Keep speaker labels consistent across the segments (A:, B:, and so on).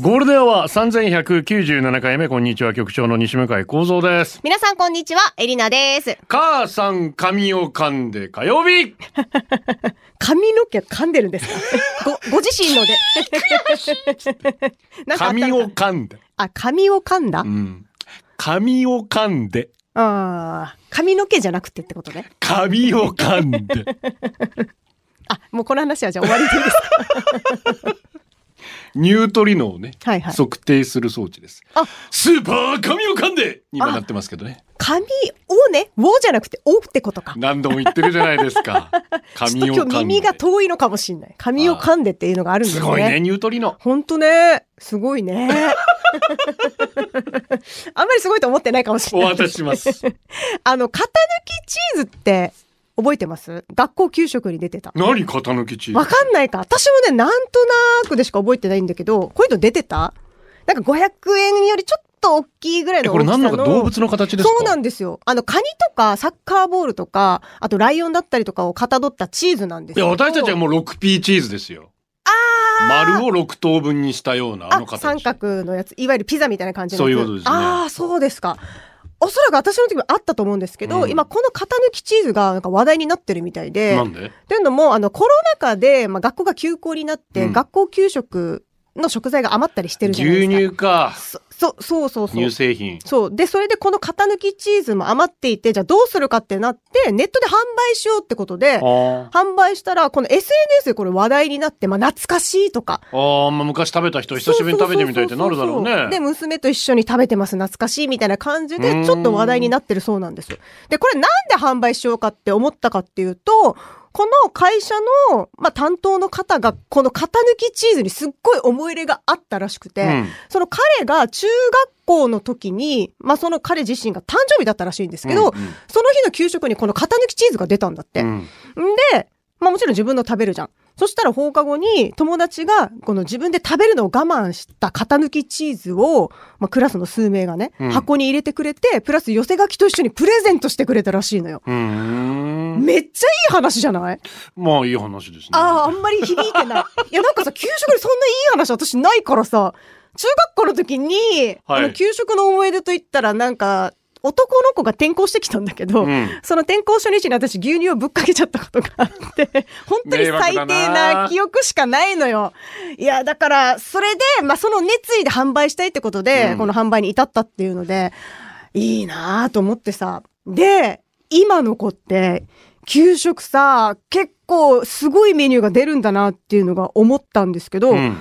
A: ゴールデンは三千百九十七回目こんにちは局長の西向井光三です。
B: 皆さんこんにちは、エリナです。
A: 母さん髪を噛んで火曜 日。
B: 髪の毛噛んでるんですか ご、ご自身ので。なんかあった
A: 髪を噛んで。
B: あ、髪を噛んだ、
A: うん。髪を噛んで。
B: ああ、髪の毛じゃなくてってことね。
A: 髪を噛んで。
B: あ、もうこの話はじゃあ終わりでいいですか
A: ニュートリノをね、
B: はいはい
A: 測定する装置です
B: あ。
A: スーパー髪を噛んでに今なってますけどね。
B: 髪をね、をじゃなくて、おってことか。
A: 何度も言ってるじゃないですか。
B: ちょっ
A: 髪
B: と
A: を
B: 今
A: 噛ん
B: 日
A: で。
B: 耳が遠いのかもしれない。髪を噛んでっていうのがあるんです
A: す
B: ね。
A: ごいね、ニュートリノ。
B: ほんとね、すごいね。 あんまりすごいと思ってないかもし
A: お
B: れない。
A: 渡しし ます。
B: あの、型抜きチーズって覚えてます学校給食に出てた。
A: 何型抜きチー
B: わ
A: ズ。
B: かんないか。私もね、なんとなくでしか覚えてないんだけど、こういうの出てたなんか500円よりちょっと大きいぐらい
A: え
B: の
A: こ
B: 大
A: れ
B: きさ
A: 何な
B: の。
A: のか動物の形ですか
B: そうなんですよ。あの、カニとか、サッカーボールとか、あとライオンだったりとかをかたどったチーズなんで
A: い
B: す
A: や、
B: よ。
A: 私たちはもう 6P チーズですよ。丸を6等分にしたようなあの
B: あ、
A: 形。
B: 三角のやつ、いわゆるピザみたいな感じのやつ
A: そういうことですね
B: ああ、そうですか。おそらく私の時もあったと思うんですけど、
A: うん
B: 今この型抜きチーズがなんか話題になってるみたいで。
A: なんで
B: というのも、あの、コロナ禍で、まあ、学校が休校になって、
A: うん
B: 学校給食の食材が余ったりしてるじゃないで
A: 牛
B: すか。
A: 乳か。
B: そ、そそうそうそう
A: 乳。製品。
B: そう。で、それでこの型抜きチーズも余っていて、じゃあどうするかってなって、ネットで販売しようってことで、
A: あ
B: 販売したら、この SNS でこれ話題になって、まあ、懐かしいとか。
A: ーあー、まあ、昔食べた人久しぶりに食べてみたいってなるだろう
B: そそそそで、
A: ね。
B: 娘と一緒に食べてます、懐かしいみたいな感じ
A: うーん
B: で、ちょっと話題になってるそうなんですよ。で、これなんで販売しようかって思ったかっていうと、この会社の、まあ、担当の方が、この型抜きチーズにすっごい思い入れがあったらしくて、
A: うん
B: その彼が中学校の時に、まあ、その彼自身が誕生日だったらしいんですけど、
A: うんうん
B: その日の給食にこの型抜きチーズが出たんだって。
A: うん
B: んで、まあ、もちろん自分の食べるじゃん。そしたら放課後に友達がこの自分で食べるのを我慢した型抜きチーズを、まあ、クラスの数名がね、
A: うん
B: 箱に入れてくれて、プラス寄せ書きと一緒にプレゼントしてくれたらしいのよ。
A: うーん。
B: めっちゃいい話じゃない
A: まあ、いい話ですね。
B: ああ、あんまり響いて ない。いや、なんかさ、給食にそんないい話私ないからさ、中学校の時に、
A: はい
B: あの、給食の思い出といったら、なんか、男の子が転校してきたんだけど、
A: うん
B: その転校初日に私牛乳をぶっかけちゃったことがあって、 本当に最低
A: 迷惑だな
B: な記憶しかないのよ。いや、だから、それで、まあ、その熱意で販売したいってことで、
A: うん
B: この販売に至ったっていうので、いいなぁと思ってさ。で、今の子って、給食さ、結構すごいメニューが出るんだなっていうのが思ったんですけど、
A: うん。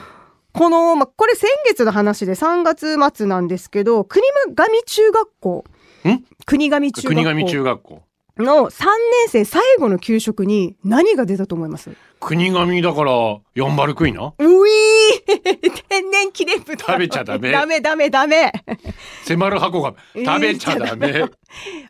B: この、まあ、これ先月の話で3月末なんですけど、国神中学校。
A: ん
B: 国神中学校。
A: 国神中学校。
B: の3年生最後の給食に何が出たと思います
A: 国神だから、ヤンバルクイナ
B: うぃー 天然記念物
A: 食べちゃダメ
B: ダメダメダメ。
A: 迫る箱が食べちゃダメ。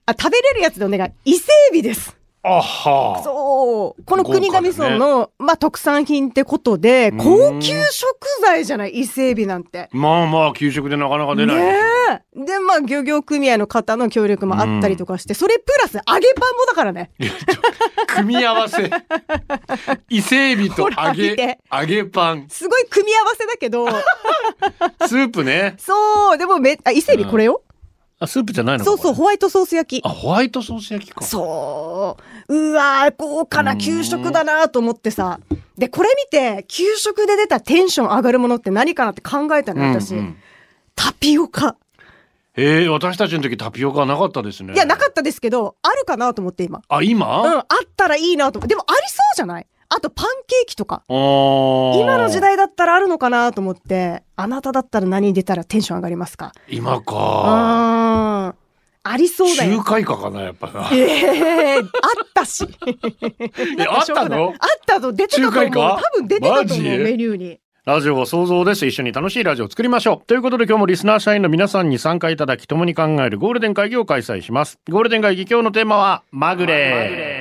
B: あ、食べれるやつでお願い。伊勢エビです。
A: あは
B: そう。この国
A: 豪華だね
B: 頭村の、まあ、特産品ってことで、
A: うん
B: 高級食材じゃない伊勢エビなんて。
A: ー。まあまあ、給食でなかなか出ない。
B: ねえ。で、まあ、漁業組合の方の協力もあったりとかして、それプラス揚げパンもだからね。
A: いやちょ組み合わせ伊勢エビと
B: ほ
A: 揚
B: ら見
A: げ
B: て
A: 揚げパン
B: すごい組み合わせだ けど、
A: スープね
B: そう、でもめ、あ、伊勢エビこれよ、
A: あスープじゃないの
B: そうそ
A: こ
B: う、
A: れ
B: ホワイトソース焼き
A: あ。ホワイトソース焼きか
B: そう。うわー、豪華な給食だなと思ってさ。で、これ見て、給食で出たテンション上がるものって何かなって考えたの、私。
A: うんうん
B: タピオカ。
A: えー、私たちの時タピオカはなかったですね
B: いや、なか
A: っ
B: ったですけど、あるかなと思って今。
A: たあ
B: うん、
A: 今、
B: あったらいいなと思って。でも、ありそうじゃないあと、パンケーキとか。今
A: 今
B: の時代だったらあるのかなと思って、あなただったら何出たらテンション上がりますか
A: 今
B: う
A: か
B: ーん。ありそうだ
A: 中
B: よ。
A: 華以下かなやっぱな
B: ええあったし。
A: えあったの
B: あったの出てたと思う。
A: 中華以下
B: 多分出てたと思
A: マ
B: う、
A: ジ
B: メニューに。
A: ラジオは想像です。一緒に楽しいラジオを作りましょう。ということで今日もリスナー社員の皆さんに参加いただき、共に考えるゴールデン会議を開催します。ゴールデン会議今日のテーマは、まぐれ。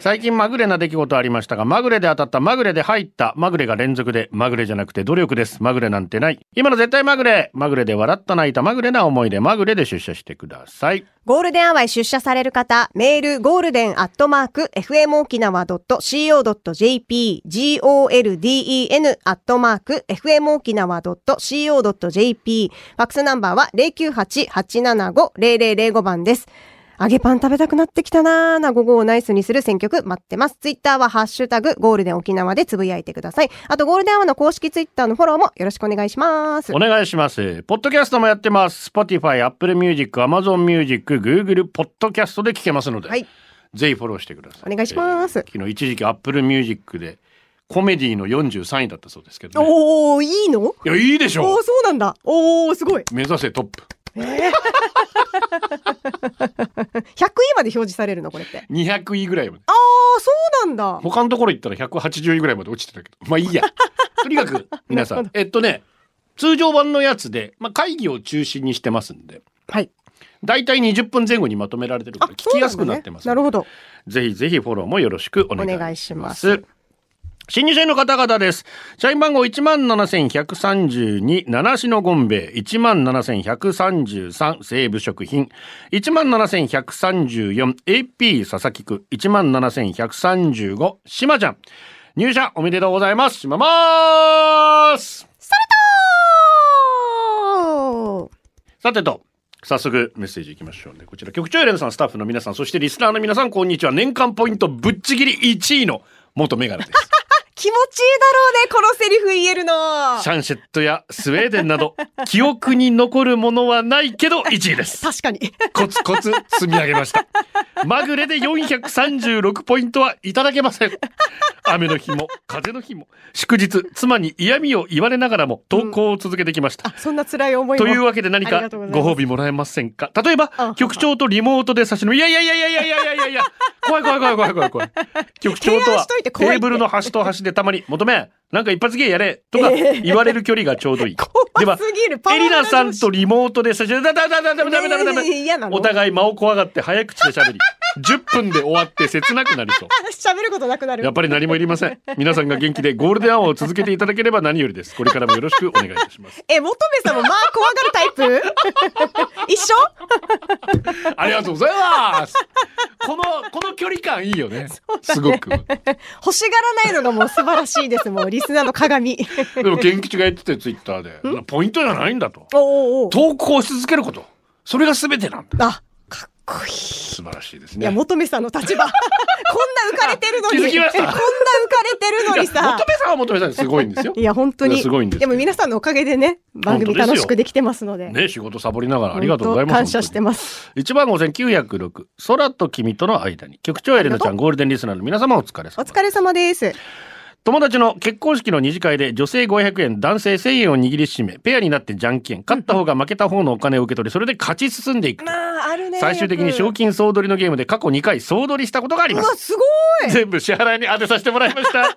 A: 最近まぐれな出来事ありましたが、まぐれで当たった、まぐれで入った、まぐれが連続で、まぐれじゃなくて努力です。まぐれなんてない。今の絶対まぐれ。まぐれで笑った泣いた、まぐれな思い出、まぐれで出社してください。
C: ゴールデンアワーへ出社される方、メール、ゴールデンアットマーク、fmokinawa.co.jp、golden アットマーク、fmokinawa.co.jp、ファックスナンバーは098-875-0005番です。揚げパン食べたくなってきたなーな午後をナイスにする選曲待ってます。ツイッターはハッシュタグ、ゴールデン沖縄でつぶやいてください。あと、ゴールデンアワーの公式ツイッターのフォローもよろしくお願いします
A: お。願いします。ポッドキャストもやってます。Spotify、Apple Music、Amazon Music、Google ポッドキャストで聞けますので、
C: はい
A: ぜひフォローしてください。
C: お願いします
A: えー昨日一時期 Apple Music でコメディの43位だったそうですけど、ね。
B: おおいいの
A: いや、いいでし
B: お
A: ょ
B: おそうなんだおおすごい
A: う。目指せトップ。
B: 100位まで表示されるのこれって
A: 200位ぐらいまで。
B: ああそうなんだ
A: 他のところ行ったら180位ぐらいまで落ちてたけど。まあい いや。とにかく、皆さん。えっとね、通常版のやつで、まあ会議を中心にしてますんで、
B: はい
A: だいたい20分前後にまとめられてるから、聞きやすくなってます
B: そう
A: の
B: な
A: で
B: んだねなるほど
A: ぜひぜひフォローもよろしくお願
C: お願
A: い
C: い
A: し
C: し
A: ま。
C: ます
A: 新入社員の方々です。社員番号17,132、七種のゴンベイ、17,133、西部食品、17,134、AP 佐々木区、17,135、島ちゃん。入社おめでとうございます。しままーす
C: おー
A: さてと、早速メッセージいきましょうね。こちら、局長エレンさん、スタッフの皆さん、そしてリスナーの皆さん、こんにちは。年間ポイントぶっちぎり1位の元メガネです。
C: 気持ちいいだろうね、このセリフ言えるの。
A: シャンシェットやスウェーデンなど、記憶に残るものはないけど1位です。
B: 確かに
A: コツコツ積み上げました。まぐれで436ポイントはいただけません。雨の日も風の日も祝日妻に嫌味を言われながらも投稿を続けてきました、
B: そんな辛い思いも
A: というわけで何
B: あり
A: か
B: がとうございます
A: ご褒美もらえませんか例えば
B: あ
A: 局長とリモートで差し飲みいやいやいやいやいやいやいやいや怖い怖い怖い怖い怖い怖い局長と
B: 提案
A: は
B: しとい
A: テ
B: て怖いって
A: ーブルの端と端でたまに「求めなんか一発芸やれ」とか言われる距離がちょう どいい、では
B: 怖すぎるパワ
A: エ
B: ハラ
A: リナさんとリモートで差し飲みだだだだだだだだだだだ
B: えー嫌なの
A: お互い間を怖がって早口で喋り10分で終わって切 なくなりそう
B: 喋ることなくなる
A: やっぱり何もいりません皆さんが元気でゴールデンアワーを続けていただければ何よりですこれからもよろしくお願いいたします
B: え、求めさんもまあ怖がるタイプ 一緒
A: ありがとうございます。この、この距離感いいよね。すごく。で
B: 欲しがらないのがもう素晴らしいです。もうリスナーの鏡。
A: も、元吉が言ってたよ、ツイッターで。ポイントじゃないんだと。
B: おおお。
A: 投稿し続けること。それが全てなんだ。
B: あ、かっこいい。
A: 素晴らしいです
B: いや、
A: ね。
B: 求めさんの立場。 こんな浮かれてるのに。
A: 気づきました
B: こんな浮かれてるのにさ
A: 求。めさんは求めさんですごいんですよ
B: い。や、本当
A: いや
B: に。
A: すごいんですけ
B: で
A: ど
B: も皆さんのおかげでね、番
A: 本
B: 組
A: 当ですよ
B: 楽しくできてますので。
A: ね、仕事サボりながらありがとうございます。
B: 本当感謝してます。
A: 1番5906、空と君との間に、局長エレナちゃん、ゴールデンリスナーの皆様お疲れ
B: お
A: 様。
B: 疲れ様です。
A: 友達の結婚式の二次会で女性500円男性1000円を握りしめペアになってじゃんけん勝った方が負けた方のお金を受け取りそれで勝ち進んでいくと
B: まあ、あるね
A: 最終的に賞。金総取りのゲームで過去2回総取りしたことがあり
B: う
A: ま
B: わ、
A: す
B: すごい。
A: 全部支払いに当てさせてもらいました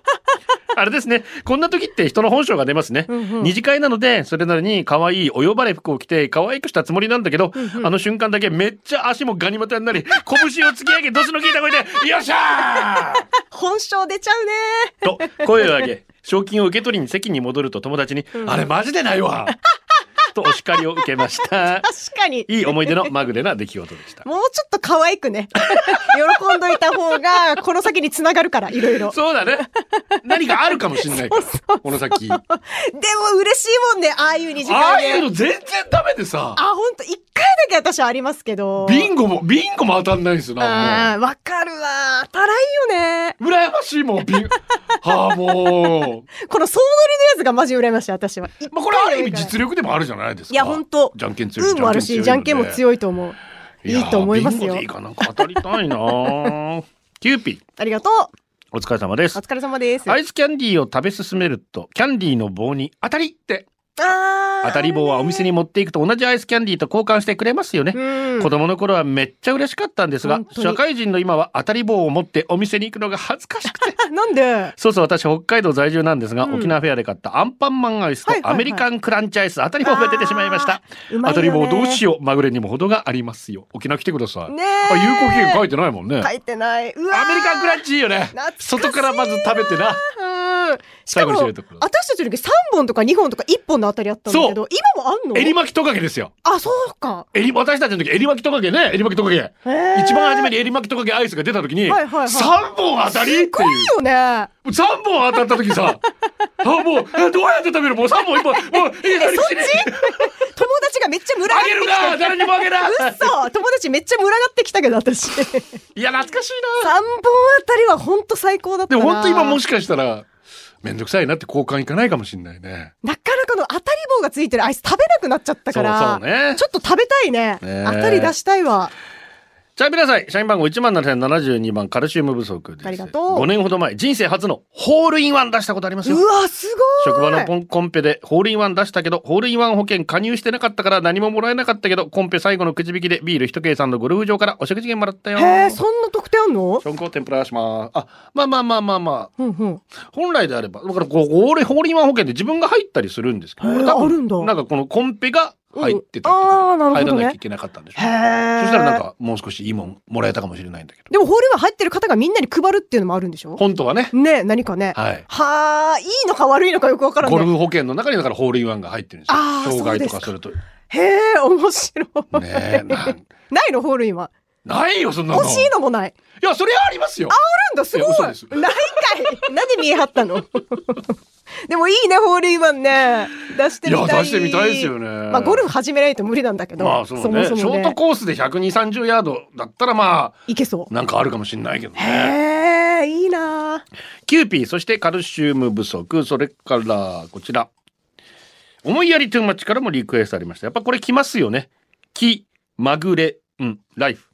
A: あれですねこんな時って人の本性が出ますね、二次会なのでそれなりに可愛いお呼ばれ服を着て可愛くしたつもりなんだけど、あの瞬間だけめっちゃ足もガニ股になり拳を突き上げドスの効いた声 で「よっしゃー!」
B: 本性出ちゃうね。
A: と声を上げ賞金を受け取りに席に戻ると友達に「あれマジでないわ!」とお叱りを受けま した
B: 確かに。
A: いい思い出のまぐれな出来事でした
B: もうちょっと可愛くね。 喜んどいた方が、この先につながるから、いろい ろ。
A: そうだね何かあるかもしれない からこの先あ
B: でも嬉しいもんね、ああいう二次
A: あ
B: 会
A: いう
B: で。
A: の全然ダメでさ
B: あ、ほんと、一回だけ私ありますけど。
A: ビンゴもビンゴも当たんないんですよな
B: あーわかるわ。たらいよね。
A: もう羨ましいもんビン はあも
B: この総取りのやつがマジ羨ましい、私は。
A: う、まあ、これある意味実力でもあるじゃないですか
B: いや、ほんと。
A: じゃんけん強い
B: 運もあるし、じゃんけんも
A: い
B: 強いと思う。いいと思います
A: やービンゴ
B: よ
A: でいい。かなんか当たりたいな ーキューピー
B: ありがと
A: お疲れ様で
B: う。お
A: す
B: 疲れ様です。
A: アイスキャンディーを食べ進めるとキャンディーの棒に当たりって
C: あー
A: 当たり棒はお店に持っていくと同じアイスキャンディーと交換してくれますよね。
C: うん
A: 子供の頃はめっちゃ嬉しかったんですが
B: 本、当に
A: 社会人の今は当たり棒を持ってお店に行くのが恥ずかしくて。
B: あなんで
A: そうそう、私北海道在住なんですが、沖縄フェアで買ったアンパンマンアイスと
B: はいはいはい
A: アメリカンクランチアイス当たり棒が出てしまいました。
C: うまいよね
A: 当たり棒どうしよう。まぐれにも程がありますよ。沖縄来てください。
C: ね
A: あ、
C: え
A: 有効期限書いてないもんね。
C: 書いてないうわー
A: アメリカンクランチいいよね
C: 懐かしい
A: 外からまず食べてな
C: うんし
A: 最
C: か
A: 後
C: も
A: に知るところ
B: 私たちの時3本とか2本とか1本の当たりあったんだけど今もあんの
A: 襟巻きトカゲですよ
B: あそうか
A: 襟私たちの時襟巻きトカゲね襟巻きトカゲ一番初めに襟巻きトカゲアイスが出た時に
B: はいはいはい
A: 3本当たりってい
B: すごいうよね
A: 3本当たった時 さあもうえどうやって食べるもう3本一本もうえ何しに
B: 友達がめっちゃ群がっ
A: あげるな誰にもあげな
B: てそう友達めっちゃ群がってきたけど私三本
A: いや懐かしいな
B: あたりは本当最高だった
A: で
B: な
A: も本当今もしかしたらめんどくさいなって交換行かないかもしれないね
B: なかなかの当たり棒がついてるアイス食べなくなっちゃったから
A: そうそうね
B: ちょっと食べたいね
A: ね
B: 当たり出したいわ
A: じゃあ皆さん、社員番号17,072番カルシウム不足です。
B: ありがとう
A: 5年ほど前、人生初のホールインワン出したことありますよ
B: う。わすごい
A: 職場のポンコンペでホールインワン出したけど、ホールインワン保険加入してなかったから何ももらえなかったけど、コンペ最後のくじ引きでビール一計算のゴルフ場からお食事券もらったよ。
B: へえそんな特典あんの
A: ンコ天ぷらします。あ、まあまあまあまあまあ。
B: うんうん
A: 本来であれば、だからこう、ホールホールインワン保険で自分が入ったりするんですけど、
B: へえ
A: これ多分
B: あるんだ
A: なんかこのコンペが入ってたってこと
B: うんあーなるほどね
A: 入らなきゃいけなかったんでしょ。
B: へえ
A: そしたらなんかもう少しいいもんもらえたかもしれないんだけど。
B: でもホールインワン入ってる方がみんなに配るっていうのもあるんでしょ
A: 本当はね。
B: ねえ何かね
A: はい。
B: はあいいのか悪いのかよくわから
A: ゴル
B: ない
A: フ保険の中にだからホールインワンが入ってるんですよ
B: あ。ー
A: 障害と
B: そ
A: か
B: うですか
A: すると。 ね
B: へえ面白い
A: え、な
B: ないのホールインワン
A: ないよ、そんなの。
B: 欲しいのもない
A: いや、それはありますよ。
B: なんだすごい
A: いや嘘です
B: ないんかいなんで見え張ったの でもいいねホールインワンね出して
A: い
B: み
A: や、
B: たい
A: 出してみたいですよね。
B: まあゴルフ始めないと無理なんだけど、
A: まあ、そうね
B: も
A: ショ
B: そも
A: ート
B: ね
A: コースで120、30ヤードだったら、ま
B: いけそ
A: あ、なんかあるかもしれないけど
B: う
A: ね。
B: へえいいな
A: キューピー、そしてカルシウム不足、それから、こちら。思いやりトゥーマッチからもリクエストありました。やっぱこれ来ますよね。き、まぐれ、うん、ライフ。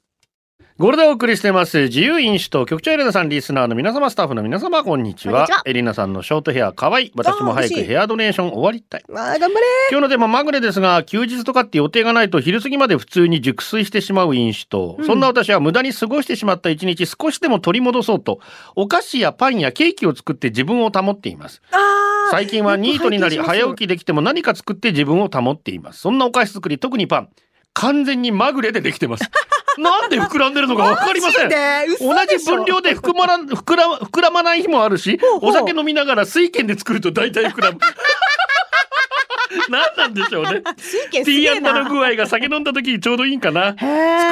A: ゴールデンお送りしてます。自由飲酒と局長エレナさん、リスナーの皆様、スタッフの皆様、こんにち
B: こんに
A: は
B: ちは。
A: エリナさんのショートヘア、可愛い。私も早くヘアドネーション終わりたい。
B: まあ頑張れ
A: 今日のテーマまぐれですが休日とかって予定がないと昼過ぎまで普通に熟睡してしまう飲酒と、そんな私は無駄に過ごしてしまった一日少しでも取り戻そうとお菓子やパンやケーキを作って自分を保っています
B: あ
A: 最近はニートになり
B: よく拝見しま
A: 早
B: す
A: 起きできても何か作って自分を保っていますそんなお菓子作り特にパン完全にまぐれでできてます なんで膨らんでるのかわかりません
B: で
A: 同じ分量で膨らん 膨ら膨らまない日もあるし
B: ほうほう
A: お酒飲みながら水券で作ると大体膨らむ 何なんでしょうね
B: 水
A: テ
B: 券す
A: ィ
B: げ
A: ー
B: え
A: アンダ
B: な
A: の具合が酒飲んだ時にちょうどいいんかな
B: 作
A: 作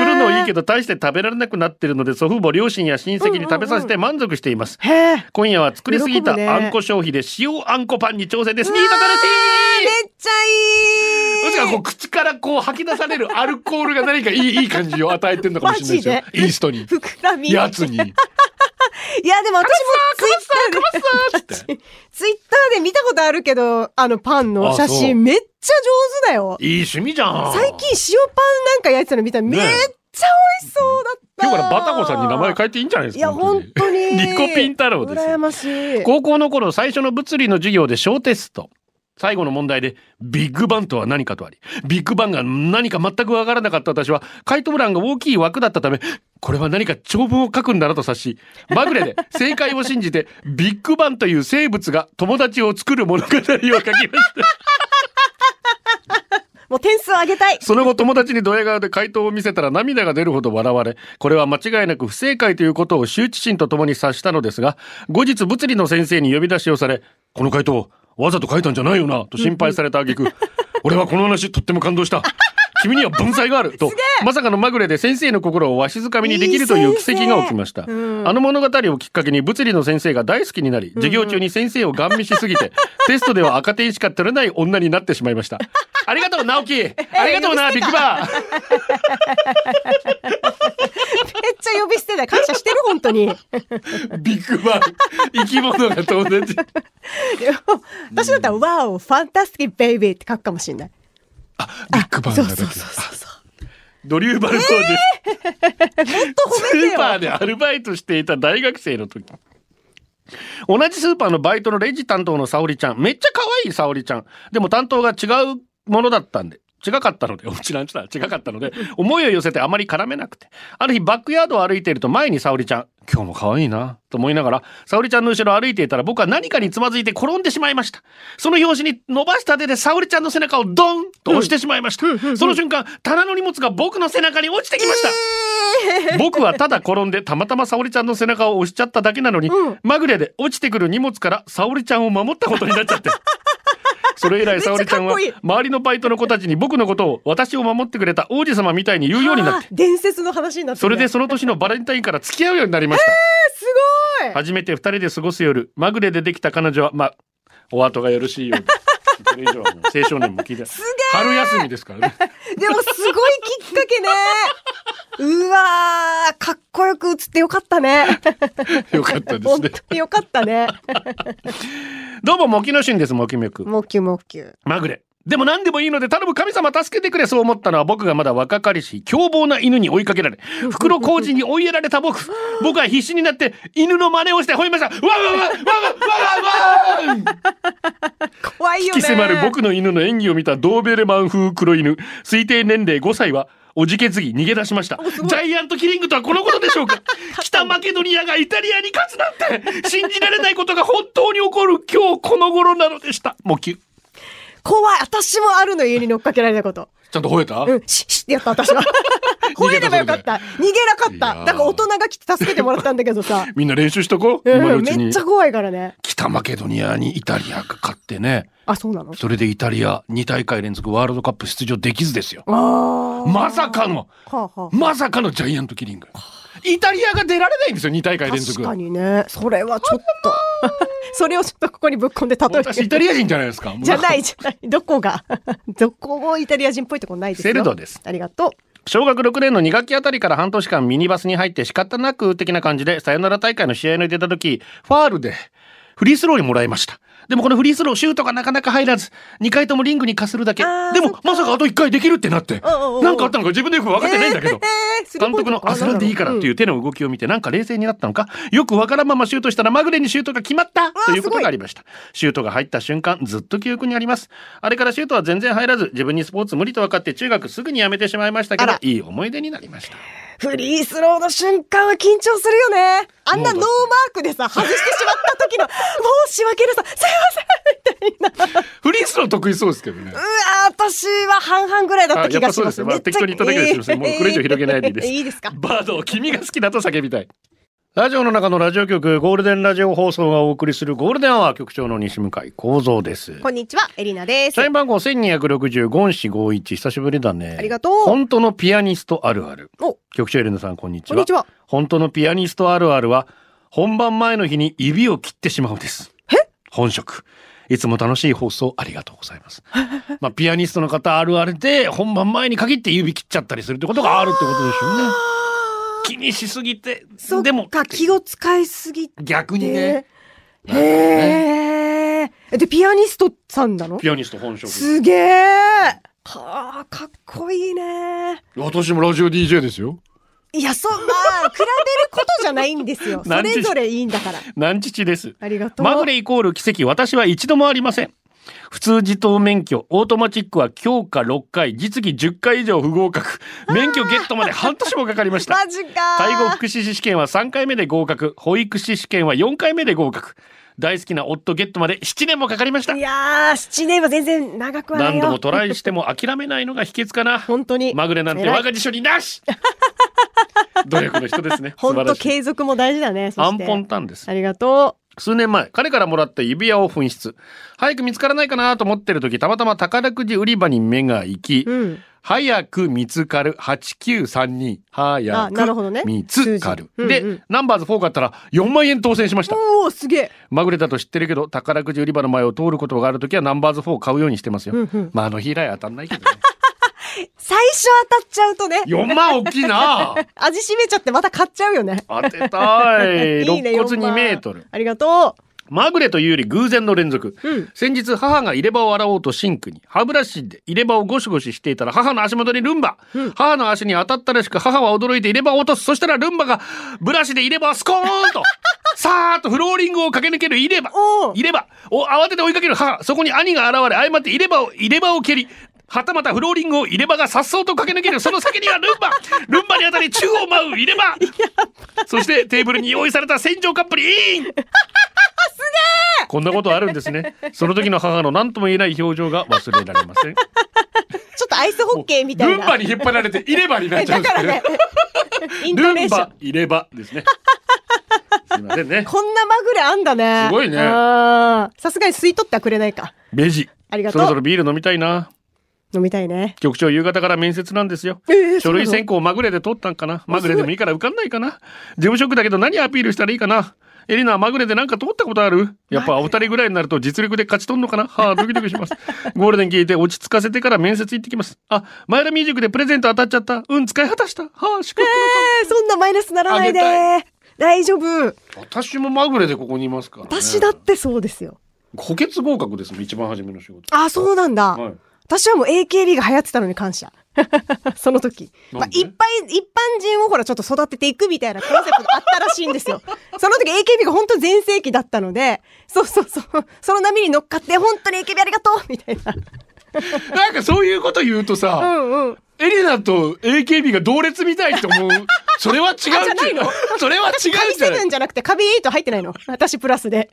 A: るのはいいけ
B: ど
A: ど大して食べられなくなってるので祖父母両親や親戚に食べさせて満足しています、
B: へえめっ
A: 今夜は作りすぎた
B: 喜ぶね
A: あんこ消費で塩あんこパンに挑戦ですニート楽しい
B: ちゃいい
A: もしかこう口からこう吐き出されるアルコールが何かいいいい感じを与えてるのかもしれないですよ
B: マジ
A: イーストに
B: 膨らみ
A: やつに
B: いやでも私もツイッターでツイッターで見たことあるけどあのパンの写
A: あそう
B: 真めっちゃ上手だよ
A: いい趣味じゃん
B: 最近塩パンなんか焼いてたの見たらめ
A: ね
B: っ
A: え
B: ちゃ美味しそうだった
A: 今日からバタコさんに名前変えていいんじゃないです
B: い
A: か
B: や本当に
A: リコピン太郎ですよ
B: 羨ましい
A: 高校の頃最初の物理の授業で小テスト最後の問題でビッグバンとは何かとありビッグバンが何か全くわからなかった私は回答欄が大きい枠だったためこれは何か長文を書くんだなと察しまぐれで正解を信じてビッグバンという生物が友達を作る物語を書きました
B: もう点数上げたい
A: その後友達にドヤ顔で回答を見せたら涙が出るほど笑われ、これは間違いなく不正解ということを羞恥心とともに察したのですが、後日物理の先生に呼び出しをされ、この回答、わざと書いたんじゃないよな、と心配された挙句、俺はこの話とっても感動した。君には文才があると、まさかのまぐれで先生の心をわしづかみにできるという奇跡が起きました。あの物語をきっかけに物理の先生が大好きになり、授業中に先生をガン見しすぎて、テストでは赤点しか取れない女になってしまいました。ありがとう、直樹。 ありがとうな、ビッグバー。
B: めっちゃ呼び捨てだ感謝してる本当 に
A: ビッグバン。生き物が飛ん でて。
B: 私だったら「ワオファンタスティックベイビー」って書くかもしれない
A: ビッグバン
B: そ
A: が
B: う
A: 出て
B: そう
A: る
B: そうそうそう
A: ドリューバルコーです。
B: もっと褒め
A: ス
B: て
A: ー
B: よ
A: パーでアルバイトしていた大学生の時同じスーパーのバイトのレジ担当の沙織ちゃん。めっちゃ可愛い沙織ちゃん。でも担当が違うものだったんで。違かったので、うちなんちだ、違かったので、思いを寄せてあまり絡めなくて。ある日、バックヤードを歩いていると前に沙織ちゃん、今日も可愛いな、と思いながら、沙織ちゃんの後ろを歩いていたら僕は何かにつまずいて転んでしまいました。その拍子に伸ばした手で沙織ちゃんの背中をドンと押してしまいました。その瞬間、棚の荷物が僕の背中に落ちてきました。 僕はただ転んでたまたま沙織ちゃんの背中を押しちゃっただけなのに、まぐれで落ちてくる荷物から沙織ちゃんを守ったことになっち ゃってそれ以来沙織ちゃんは
B: めっちゃかっ
A: 周りのバイトの子たちに僕のことを私を守ってくれた王子様みたいに言うようになっ て
B: あー伝説の話になって
A: そ
B: る
A: れ
B: ね
A: でその年のバレンタインから付き合うようになりました、
B: すごい
A: 初めて二人で過ごす夜まぐれでできた彼女はまあお後がよろしいよう でそれ以上はもう青少年も聞いてない春休みですから ね
B: でもすごいきっかけね。うわー、かっこよく映ってよかったね。
A: よかったです
B: 本
A: ね
B: 当によかったね。
A: どうもモキノシンですモキミョク
C: もうきゅもきゅ。
A: まぐれ。でも何でもいいので頼む神様助けてくれそう思ったのは僕がまだ若かりし凶暴な犬に追いかけられ袋小路に追いやられた僕僕は必死になって犬の真似をして吠えましたわわわわわわわわわ
B: 怖いよ
A: 引き
B: ね。
A: 迫る僕の犬の演技を見たドーベルマン風黒犬推定年齢5歳はおじけ継ぎ逃げ出しましたジャイアントキリングとはこのことでしょうか北マケドニアがイタリアに勝つなんて信じられないことが本当に起こる今日この頃なのでしたもうき
B: 怖い。私もあるの家に乗っかけられたこと。
A: ちゃんと吠えた、
B: うん、シッシッってやっ た私は。
A: 逃
B: 吠
A: げ
B: え
A: た
B: ればよかった。逃げなかった。だから大人が来て助けてもらったんだけどさ。
A: みんな練習しとこう。今の
B: う、
A: うんち
B: めっ
A: に
B: ちゃ。怖いからね。
A: 北マケドニアにイタリアが勝ってね。
B: あ、そうなの
A: それでイタリア2大会連続ワールドカップ出場できずですよ。
B: あー。
A: まさかの、
B: はあはあ
A: まさかのジャイアントキリング。イタリアが出られないんですよ、2大会連
B: 確
A: 続。
B: かにね。それはちょっと。 それをちょっとここにぶっ込んで例え
A: 私
B: て
A: イ。タリア人じゃないですか。もう
B: じゃないじゃない。どこが。 どこもイタリア人っぽいとこないですよ。
A: セルドです。
B: ありがとう。
A: 小学6年の2学期あたりから半年間ミニバスに入って仕方なく的な感じでサヨナラ大会の試合に出た時、ファールでフリースローにもらいました。でもこのフリースローシュートがなかなか入らず、2回ともリングにかするだけ。
B: あー
A: でもまさかあと1回できるってなって、
B: おうおうおう
A: なんかあったのか自分でよく分かってないんだけど。
B: えー。
A: 監督の焦らんでいいからっていうう手の動きを見てなんか冷静になったのか、よくわからんままシュートしたらまぐれにシュートが決まったということがありました。シュートが入った瞬間ずっと記憶にあります。あれからシュートは全然入らず、自分にスポーツ無理と分かって中学すぐに辞めてしまいましたけど
B: あら、
A: いい思い出になりました。
B: フリースローの瞬間は緊張するよね。あんなノーマークでさ、外してしまった 時の、申し訳なさ、すいませんみたいな。
A: フリースロー得意そうですけどね
B: う。わー、私は半々ぐらいだった
A: あや
B: 気
A: っぱ
B: が
A: そう
B: し
A: で
B: ますす。
A: ね。まあ、適当に言っただけですいませんもうこれ以上広げないでいいです。
B: いいですか
A: バードを君が好きだと叫びたい。ラジオの中のラジオ局、ゴールデンラジオ放送がお送りするゴールデンアワー局長の西向井幸三です。
C: こんにちは、エリナです
A: 社。員番号1265五四五一久しぶりだね。
C: ありがとう
A: 本当のピアニストあるある
C: お。
A: 局長エレナさん、こんにち
C: こ
A: は。
C: んにちは。
A: 本当のピアニストあるあるは、本番前の日に指を切ってしまうんです。本職。いつも楽しい放送ありがとうございます。まあ、ピアニストの方あるあるで、本番前に限って指切っちゃったりするってことがあるってことでしょうね。気にしすぎて、
B: そ
A: でも
B: っ、か、気を使いすぎて。
A: 逆にね、
B: へー。えで、ピアニストさんなの
A: ピアニスト本職。
B: すげーはあ、かっこいいね。
A: 私もラジオ DJ ですよ。
B: いや、そう、まあ、比べることじゃないんですよ。
A: な
B: そ
A: んで
B: れぞれいいんだから。
A: 南父です。
B: ありがとう。
A: まぐれイコール奇跡、私は一度もありません。普通自動免許、オートマチックは強化6回、実技10回以上不合格。免許ゲットまで半年もかかりま した。
B: マジか。
A: 介護福祉士試験は3回目で合格、保育士試験は4回目で合格。大好きな夫ゲットまで7年もかかりました
B: い。やー、七年は全然長くはない
A: 何
B: よ。
A: 度もトライしても諦めないのが秘訣かな。
B: 本当に。
A: まぐれなんて
B: 偉い
A: 我が辞書にな し努力の人ですね。素
B: 本
A: 晴
B: 当
A: らしい。
B: 継続も大事だね。そ
A: ア
B: し
A: ン
B: て。
A: ポンタンです。
B: ありがと
A: 数年前、彼からもらった指輪を紛失。早く見つからないかなと思ってる時、たまたま宝くじ売り場に目が行き、
B: う。うん。
A: 早く見つかる8932。早
B: あなるほどね
A: く見つかる。
B: 数字うんう
A: で
B: ん、
A: ナンバーズ4買ったら4万円当選しました。
B: おお、すげえ。
A: まぐれだと知ってるけど、宝くじ売り場の前を通ることがある時はナンバーズ4買うようにしてますよ。
B: うんうん
A: まあ、あの日以来当たんないけどね。
B: 最初当たっちゃうとね。
A: 4万大きいな
B: 味しめちゃってまた買っちゃうよね。
A: 当てたい。
B: いいね
A: 肋骨
B: 4
A: 2
B: 万
A: メートル。
B: ありがとう。
A: まぐれというより偶然の連続、
C: うん
A: 先日母が入れ歯を洗おうとシンクに歯ブラシで入れ歯をゴシゴシしていたら母の足元にルンバ、母の足に当たったらしく母は驚いて入れ歯を落とすそしたらルンバがブラシで入れ歯をスコーン とさーっとフローリングを駆け抜ける入れ歯
B: おう
A: 入れ歯を慌てて追いかける母そこに兄が現れ誤って入れ歯を入れ歯を蹴りはたまたフローリングを入れ歯が颯爽と駆け抜けるその先にはルン バルンバに当たり宙を舞う入れ歯そしてテーブルに用意された洗浄カップにインすげえこんなことあるんですねその時の母の何とも言えない表情が忘れられません
B: ちょっとアイスホッケーみたい
A: ルン
B: な
A: バ。に引っ張られて入れ歯になっちゃう
B: だ
A: んです
B: から
A: ね
B: ね、 イントネ
A: ル
B: ー
A: ン
B: ション
A: バ。入れ歯ですねすいませんね
B: こんなまぐれあんだね。
A: すごいね
B: あーさすがに吸い取ってはくれないか。
A: ベジ
B: ありが
A: そ
B: と
A: うろそろビール飲みたいな
B: 飲みたいね。
A: 局長夕方から面接なんですよ、
B: えー
A: 書類選考をまぐれで取ったんかなまぐれでもいいから受かんないかな事務職だけど何アピールしたらいいかなエリナはまぐれでなんか通ったことあるやっぱお二人ぐらいになると実力で勝ち取んのかなはあ、ドキドキし ます。ゴールデン聞いて落ち着かせてから面接行ってきます。あ、マイラミュージックでプレゼント当たっちゃった。うん、使い果たした。はあ、祝福の
B: えーそんなマイナスならないで
A: あ。
B: 大丈夫。
A: 神私もまぐれでここにいますから、ね。
B: 私だってそうですよ。
A: 補欠合格ですもん、一番初めの仕事。
B: あ、そうなんだ。
A: はい
B: 私はもう AKB が流行ってたのに感謝。 その時。まあ
A: なん、で
B: いっぱい、一般人をほらちょっと育てていくみたいなコンセプトがあったらしいんですよ。 その時 AKB が本当全盛期だったので、そうそうそう。その波に乗っかって、本当に AKB ありがとうみ たいな。
A: なんかそういうこと言うとさ、
B: うんうん。
A: エリナと AKB が同列みたいと 思う。それは違うんじゃ
B: あじゃないの
A: それは違
B: カ
A: う
B: ビ
A: んじゃ
B: セ
A: な
B: ブ
A: い
B: ンじゃなくてカビエイト入ってないの私プラスで。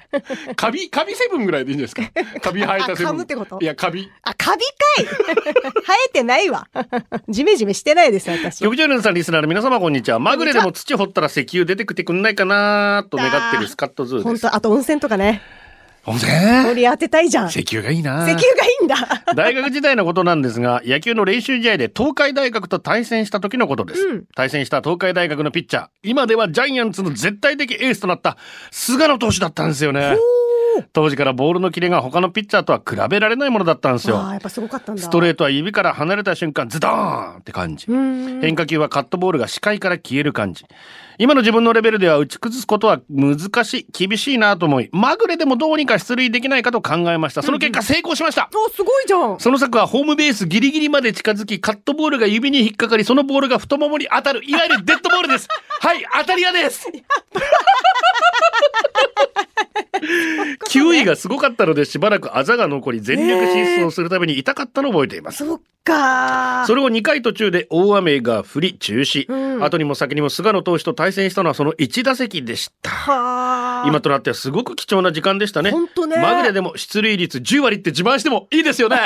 A: カビ、カビセブンぐらいでいいんですか カビ生えたセブン。
B: あカブってこと
A: いや、カビ。
B: あ、カビかい生えてないわ。ジメジメしてないです、私。
A: 局長連さん、リスナーの皆様、こんにちは。まぐれでも土掘ったら石油出てきてくんないかなと願ってるスカットズー
B: 本
A: です。
B: 当あと温泉とかね。
A: 温泉
B: 盛り当てたいじゃん。石
A: 石油がいいな
B: 油がいいんだ。
A: 大学時代のことなんですが、野球の練習試合で東海大学と対戦した時のことです。対戦した東海大学のピッチャー、今ではジャイアンツの絶対的エースとなった菅野投手だったんですよね。当時からボールのキレが他のピッチャーとは比べられないものだったんですよ
B: ああ、。やっぱすごかったんだ。
A: ストレートは指から離れた瞬間、ズドーンって感じ。変化球はカットボールが視界から消える感じ。今の自分のレベルでは打ち崩すことは難しい、厳しいなと思い、まぐれでもどうにか出塁できないかと考えました。その結果成功しました。
B: お、すごいじゃん。
A: その策はホームベースギリギリまで近づき、カットボールが指に引っかかり、そのボールが太ももに当たる、いわゆるデッドボール です。はい、当たり屋です。球威がすごかったので、しばらくあざが残り、全力疾走するために痛かったのを覚えています。
B: そっかー。
A: それを2回途中で大雨が降り中止、
B: うん
A: 後にも先にも菅野投手と対戦したのはその1打席でした
B: はー
A: 今となってはすごく貴重な時間でしたね
B: ほんとね
A: まぐれでも出塁率10割って自慢してもいいですよね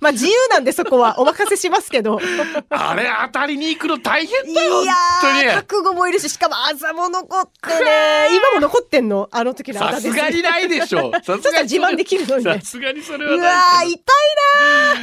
B: まあ自由なんでそこはお任せしますけ ど。
A: あれ当たりに行くの大変
B: い
A: だ
B: や
A: よ
B: ー、
A: 本
B: 覚悟もいるし、しかもあざも残ってね。 今も残ってんのあの時
A: 当に
B: のあ
A: さ
B: ざ
A: す
B: です。
A: がにないで しょうさす
B: ちょっ
A: が
B: と
A: に
B: 自慢できるのに
A: さ
B: ね。
A: すがにそれ
B: う
A: は
B: わ
A: ない
B: ー、痛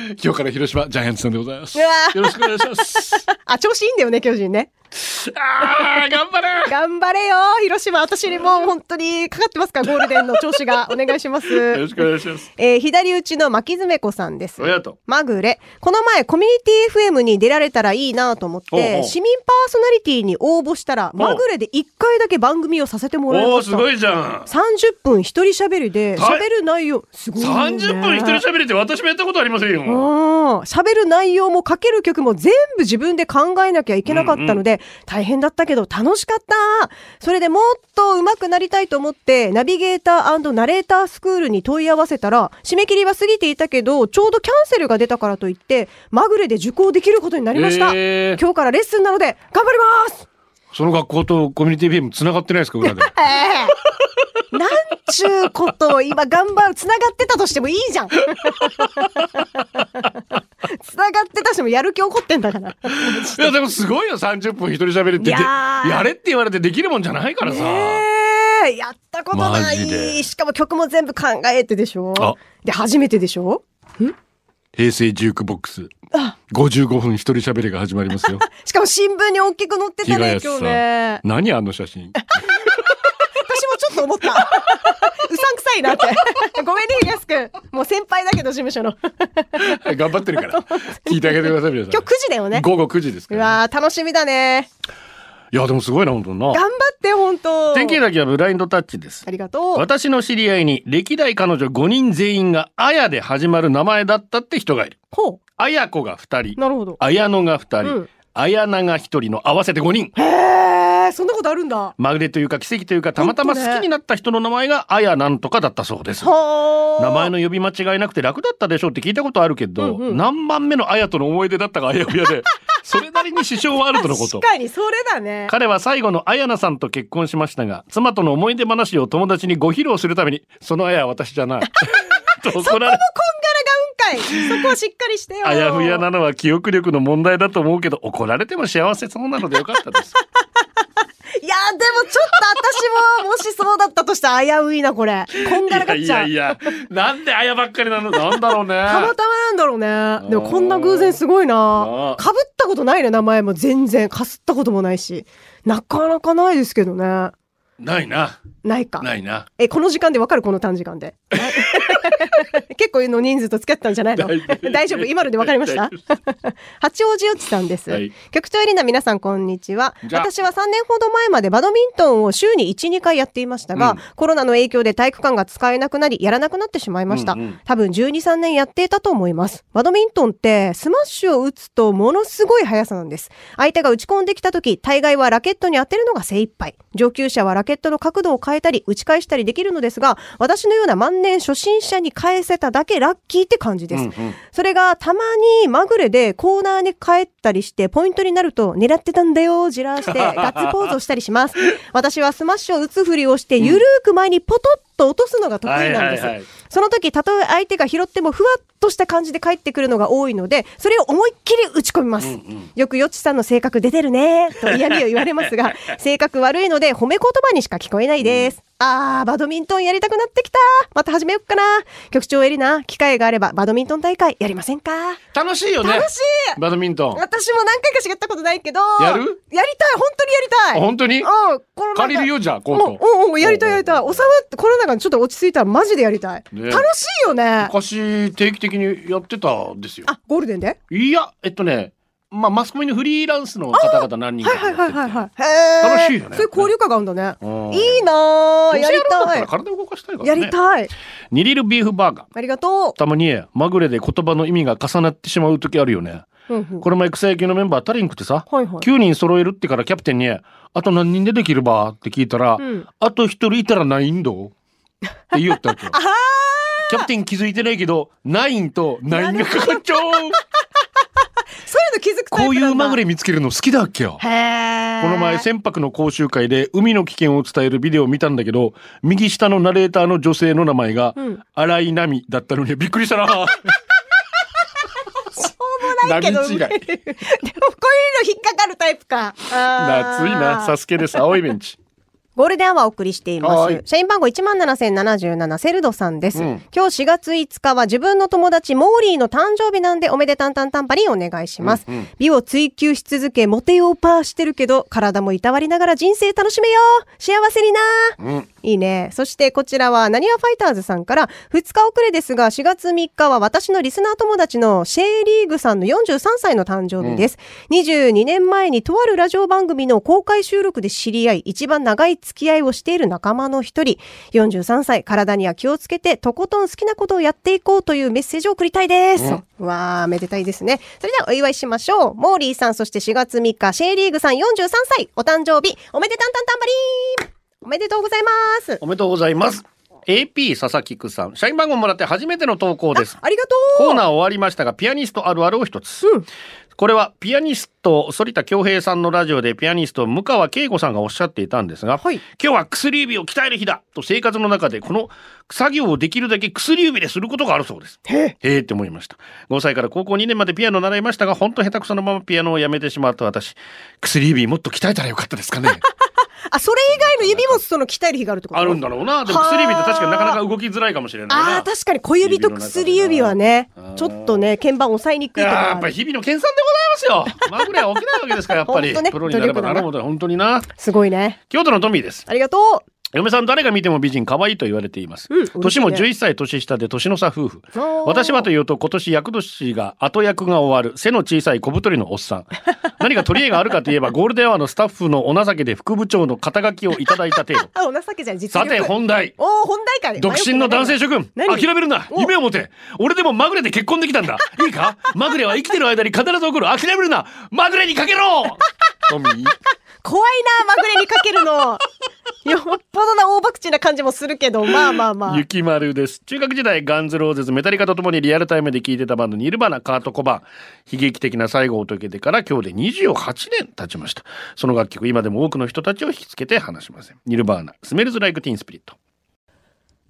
A: けど
B: い
A: 今日から広島ジャイアンツさんでございます
B: う
A: よ
B: わー
A: ろしくお願いします
B: なあ、調子いいんだよね、巨人ね。
A: あー頑張れ
B: 頑張れよ広島私にもう本当にかかってますからゴールデンの調子 がお願いします
A: よろしくお願いします
C: えー左打ちの巻き爪子さんです
A: あり。がとう
C: まぐれ。この前、コミュニティ FM に出られたらいいなと思っ
A: おうお
C: て、
A: う
C: 市民パーソナリティに応募したら、まぐれで1回だけ番組をさせてもらい
A: お
C: ま
A: ー
C: し
A: す
C: た。
A: ごいじゃん
C: 30分一人喋りで、
A: はい
C: 喋る内容、すごいよね。
A: 三十分一人喋りって私もやったことありません
C: う
A: よ。
C: ん喋る内容もかける曲も全部自分で考えなきゃいけなかったので、大変だったけど楽しかったそれでもっと上手くなりたいと思って、ナビゲーターナレータースクールに問い合わせたら、締め切りは過ぎていたけど、ちょうどキャンセルが出たからといって、まぐれで受講できることになりました。
A: えー
C: 今日からレッスンなので、頑張ります
A: その学校とコミュニティ FM つながってないですか 裏で。
C: なんちゅうことを今頑張る、繋がってたとしてもいいじゃん
B: 繋がってたしてもやる気起こってんだから。
A: いやでもすごいよ三十分一人喋りってで
B: いやー
A: やれって言われてできるもんじゃないからさ。
B: えー、やったことな
A: マジで
B: い。しかも曲も全部考えてでしょ
A: あ
B: で、初めてでしょ
A: 平成ジュークボックス五十五分一人喋りが始まりますよ。
B: しかも新聞に大きく載ってたね、
A: 東さ
B: 今日ね。
A: ん何あの写 真。
B: 私もちょっと思った。うさんくさいなって。ごめんね、東くん。もう先輩だけど、事務所の。
A: 頑張ってるから聞いてあげてください皆さん。
B: 今日9時だよね。
A: 午後九時ですか
B: う
A: ら。
B: わー、楽しみだね。
A: いや、でもすごいな、本当にな。
B: 頑張って、本当
A: 典型だけはブラインドタッチです
B: あ。りがとう。
A: 私の知り合いに歴代彼女5人全員が「あや」で始まる名前だったって人がいる。
B: ほ
A: あや子が2
B: う。
A: 人、
B: なるほど。
A: あやのが2
B: う
A: 人、
B: ん。
A: あやなが1人の合わせて5人。
B: へえ、そんなことあるんだ。
A: まぐれというか奇跡というかたまたま好きになった人の名前があやなんとかだったそうです。
B: はあ。
A: 名前の呼び間違いなくて楽だったでしょうって聞いたことあるけど、
B: うんうん
A: 何番目のあやとの思い出だったがあやふや でそれなりに支障はあるとのこと
B: 確。かに、それだね。
A: 彼は最後のあやなさんと結婚しましたが妻との思い出話を友達にご披露するために「そのあやは私じゃ ない」と怒られ
B: 今回、そこはしっかりしてよ。
A: あやふやなのは記憶力の問題だと思うけど怒られても幸せそうなのでよかった です
B: いやーでもちょっと私も、もしそうだったとしたら危ういな、これ。こん
A: い
B: が
A: や
B: らがっ
A: い
B: ちゃ
A: や
B: う
A: い。やなんであやばっかりなのなんだろうね
B: たまたまなんだろうね。でもこんな偶然すごい
A: あ
B: な。
A: ー
B: かぶったことないね、名前も全然。かすったこともないし。なかなかないですけどね。
A: ないな
B: ないか。
A: ないな
B: え、この時間でわかるこの短時間で。 結構の人数と付き合ったんじゃないの大丈夫今のでわかりました 八王子よちさんです。
A: はい
B: 局長エリナ皆さんこんにちは。
A: じゃあ
B: 私は3年ほど前までバドミントンを週に1、2回やっていましたが、
A: うん
B: コロナの影響で体育館が使えなくなり、やらなくなってしまいました。
A: うんうん
B: 多分12、3年やっていたと思います。バドミントンってスマッシュを打つとものすごい速さなんです。相手が打ち込んできた時、大概はラケットに当てるのが精一杯。上級者はラケットの角度を変えたり、打ち返したりできるのですが、私のような万年初心者に返せただけラッキーって感じです。
A: うんうん
B: それがたまにまぐれでコーナーに帰ったりしてポイントになると狙ってたんだよ、じらしてガッツポーズをしたりします。私はスマッシュを打つふりをしてゆるーく前にポトッと落とすのが得
A: は
B: 意
A: い
B: なん
A: は
B: で
A: い
B: す。
A: はい
B: その時、たとえ相手が拾ってもふわっとした感じで返ってくるのが多いので、それを思いっきり打ち込みます。よくよちさんの性格出てるね、と嫌味を言われます が、性格悪いので褒め言葉にしか聞こえないです。あー、バドミントンやりたくなってきた。また始めよっかな。局長エリナ、機会があればバドミントン大会やりませんか
A: 楽しいよね
B: 楽しい
A: バドミントン
B: 私も何回かしかやったことないけど。
A: やる
B: やりたい本当にやりた
A: あ
B: い
A: 本当に
B: うん、この
A: 借りるよじゃあコー
B: もう
A: ト、
B: うんうん、やりたいやりたい。収
A: おう
B: ま
A: おう
B: って、コロナがちょっと落ち着いたらマジでやりたい。
A: ね
B: 楽しいよね。
A: 昔定期的にやってたんですよ
B: あ、ゴールデンで
A: いやえっとねまあマスコミのフリーランスの方々何人
B: は
A: か
B: いはい
A: やっ
B: はい
A: てて
B: はいはい。へー
A: 楽しいよね
B: そういう交流会があるんだね。
A: うん
B: いいな
A: ど
B: ぁ。
A: うせ
B: やり
A: るんだったら
B: い。
A: 体動かしたいから
B: や
A: ね
B: りたい。
A: ニリルビーフバーガー
B: ありがと
A: たまにまぐれで言葉の意味が重なってしまう時あるよね
B: う。うんうん
A: この前草野球のメンバー足りんくてさ、
B: はいはい
A: 9人揃えるってからキャプテンに「あと何人でできるば?」って聞いたら「
B: うん
A: あと1人いたらないんど?」って言おったわ けよキャプテン気づいてないけど「ないん」と「ないん」がかかっちゃう
B: そういうの気づくタイプなんだ
A: こういうまぐれ見つけるの好きだっけよ
B: へー
A: この前船舶の講習会で海の危険を伝えるビデオを見たんだけど右下のナレーターの女性の名前が
B: うん
A: 新井波だったのにびっくりしたなしょうも
B: ないけど
A: 波違い
B: でもこういうの引っかかるタイプか。あー
A: 夏いなサスケです青いベンチ
B: ゴールデンアワーをお送りしていま
A: は
B: す
A: い。
B: 社員番号17,077セルドさんです。
A: うん
B: 今日4月5日は自分の友達モーリーの誕生日なんでおめでたんたんたんぱりんお願いします。美を追求し続け、モテようパーしてるけど、体もいたわりながら人生楽しめよう幸せにな
A: うん
B: いいね。そしてこちらは、なにわファイターズさんから、2日遅れですが、4月3日は私のリスナー友達のシェイリーグさんの43歳の誕生日です。22年前にとあるラジオ番組の公開収録で知り合い、一番長い付き合いをしている仲間の一人、43歳、体には気をつけて、とことん好きなことをやっていこうというメッセージを送りたいです。うわー、めでたいですね。それではお祝いしましょう。モーリーさん、そして4月3日、シェイリーグさん43歳、お誕生日、おめでたんたんたんばりーんおめでとうございます。
A: おめでとうございます AP 佐々木くさん社員番号もらって初めての投稿です
B: ありがとう。
A: コーナー終わりましたがピアニストあるあるを一つ、これはピアニスト反田恭平さんのラジオでピアニスト向川慶子さんがおっしゃっていたんですが、
B: はい
A: 今日は薬指を鍛える日だと生活の中でこの作業をできるだけ薬指ですることがあるそうですへえって思いました5歳から高校2年までピアノを習いましたが本当下手くそのままピアノをやめてしまった私薬指もっと鍛えたらよかったです かね
B: あ、それ以外の指もその鍛える日があるってこと
A: あるんだろうなでも薬指って確かになかなか動きづらいかもしれないな
B: ああ、確かに小指と薬指はね
A: 指の中でな、
B: ちょっとね、鍵盤押さえにくいと
A: いやーや
B: か
A: っ
B: あ
A: ぱ
B: る。
A: り日々の研鑽で ございますよ。まぐれは起きないわけですから、やっぱ
B: ほん
A: り。
B: とね
A: プロになればなるほど、本当にな。
B: すごいね。
A: 京都のトミーです。
B: ありがとう。
A: 嫁さん誰が見ても美人可愛いと言われています、
B: うん
A: 年も
B: 嬉しいね
A: 11歳年下で年の差夫婦
B: あー
A: 私はというと今年役年が後役が終わる背の小さい小太りのおっ さん何か取り柄があるかといえばゴールデンアワーのスタッフのお情けで副部長の肩書きをいただいた 程度
B: あ、お情けじゃん、実
A: さ
B: 力
A: て本題
B: おー、本題かね
A: 独身の男性諸君
B: 何
A: 諦めるな
B: お
A: 夢を持て俺でもまぐれで結婚できたんだいいかまぐれ は生きてる間に必ず起こる諦めるなまぐれにかけ ろトミー
B: 怖いな、まぐれにかけるの。 よっぽどな大博打な感じもするけど、まあまあまあ
A: ゆ。きまるです。中学時代、ガンズローゼズ、メタリカとともにリアルタイムで聴いてたバンド、ニルバナ、カート・コバン。悲劇的な最後を遂げてから今日で28年経ちました。その楽曲、今でも多くの人たちを引きつけて離しません。ニルバーナ、スメルズ・ライク・ティーン・スピリット。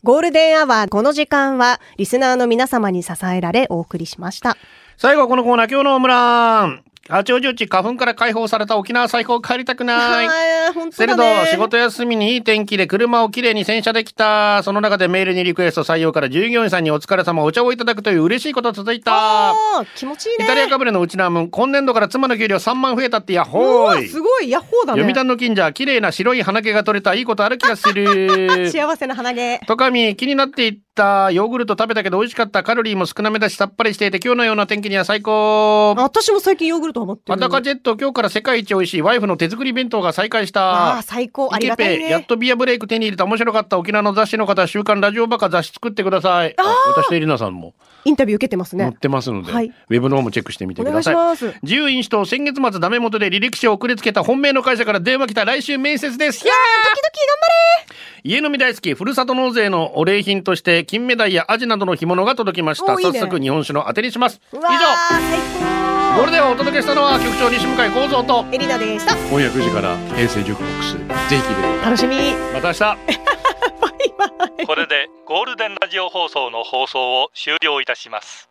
B: ゴールデンアワー、この時間は、リスナーの皆様に支えられお送りしました。
A: 最後はこのコーナー、今日のオムラン。八王子地、花粉から解放された沖縄最高帰りたくない。
B: あー、本
A: セ
B: 当
A: ル
B: だ
A: ド、
B: ね。
A: 仕事休みにいい天気で車をきれいに洗車できた。その中でメールにリクエスト採用から従業員さんにお疲れ様お茶をいただくという嬉しいこと続いた。
B: あー気持ちいい
A: イタリア
B: ね。
A: かぶれのうちなむ今年度から妻の給料3万増えたってやっ
B: う
A: ほ
B: わ
A: ーい、
B: すごい、ヤッホーだ
A: 読
B: ね。
A: 谷の近所は綺麗な白い花毛が取れたいいことある気がする
B: 幸せな花毛。
A: トカミ気になっていったヨーグルト食べたけど美味しかったカロリーも少なめだしさっぱりしていて今日のような天気には最高
B: あ私も最近ヨーグルトハマって
A: ま
B: る。
A: たカジェット今日から世界一美味しいワイフの手作り弁当が再開し
B: あー
A: た
B: 最高。あ
A: イ
B: り
A: ケ
B: がたい
A: ペやっ
B: ね。
A: とビアブレイク手に入れた面白かった沖縄の雑誌の方週刊ラジオバカ雑誌作ってくださいあ私とエリナさんも
B: インタビュー受けてます
A: 載っ
B: ね。
A: てますので、
B: はい
A: ウェブの方もチェックしてみて
B: お
A: く
B: 願
A: だ
B: いし
A: さい
B: ます。
A: 自由民主党先月末ダメ元で履歴書を送りつけた本命の会社から電話来た来週面接ですいやードキドキ頑張れ家飲み大好きふるさと納税のお礼品として金目鯛やアジなどの干物が届きました
B: おーいいね
A: 早速日本酒の当てにします以
B: う
A: 上
B: わー最
A: これではお届けしたのは局長西向井光三と
B: 高。エリナでした。
A: 今夜9時から平成塾ボックスぜひ聞いてくださ
B: 楽しみ。
A: いまた明日
D: これでゴールデンラジオ放送の放送を終了いたします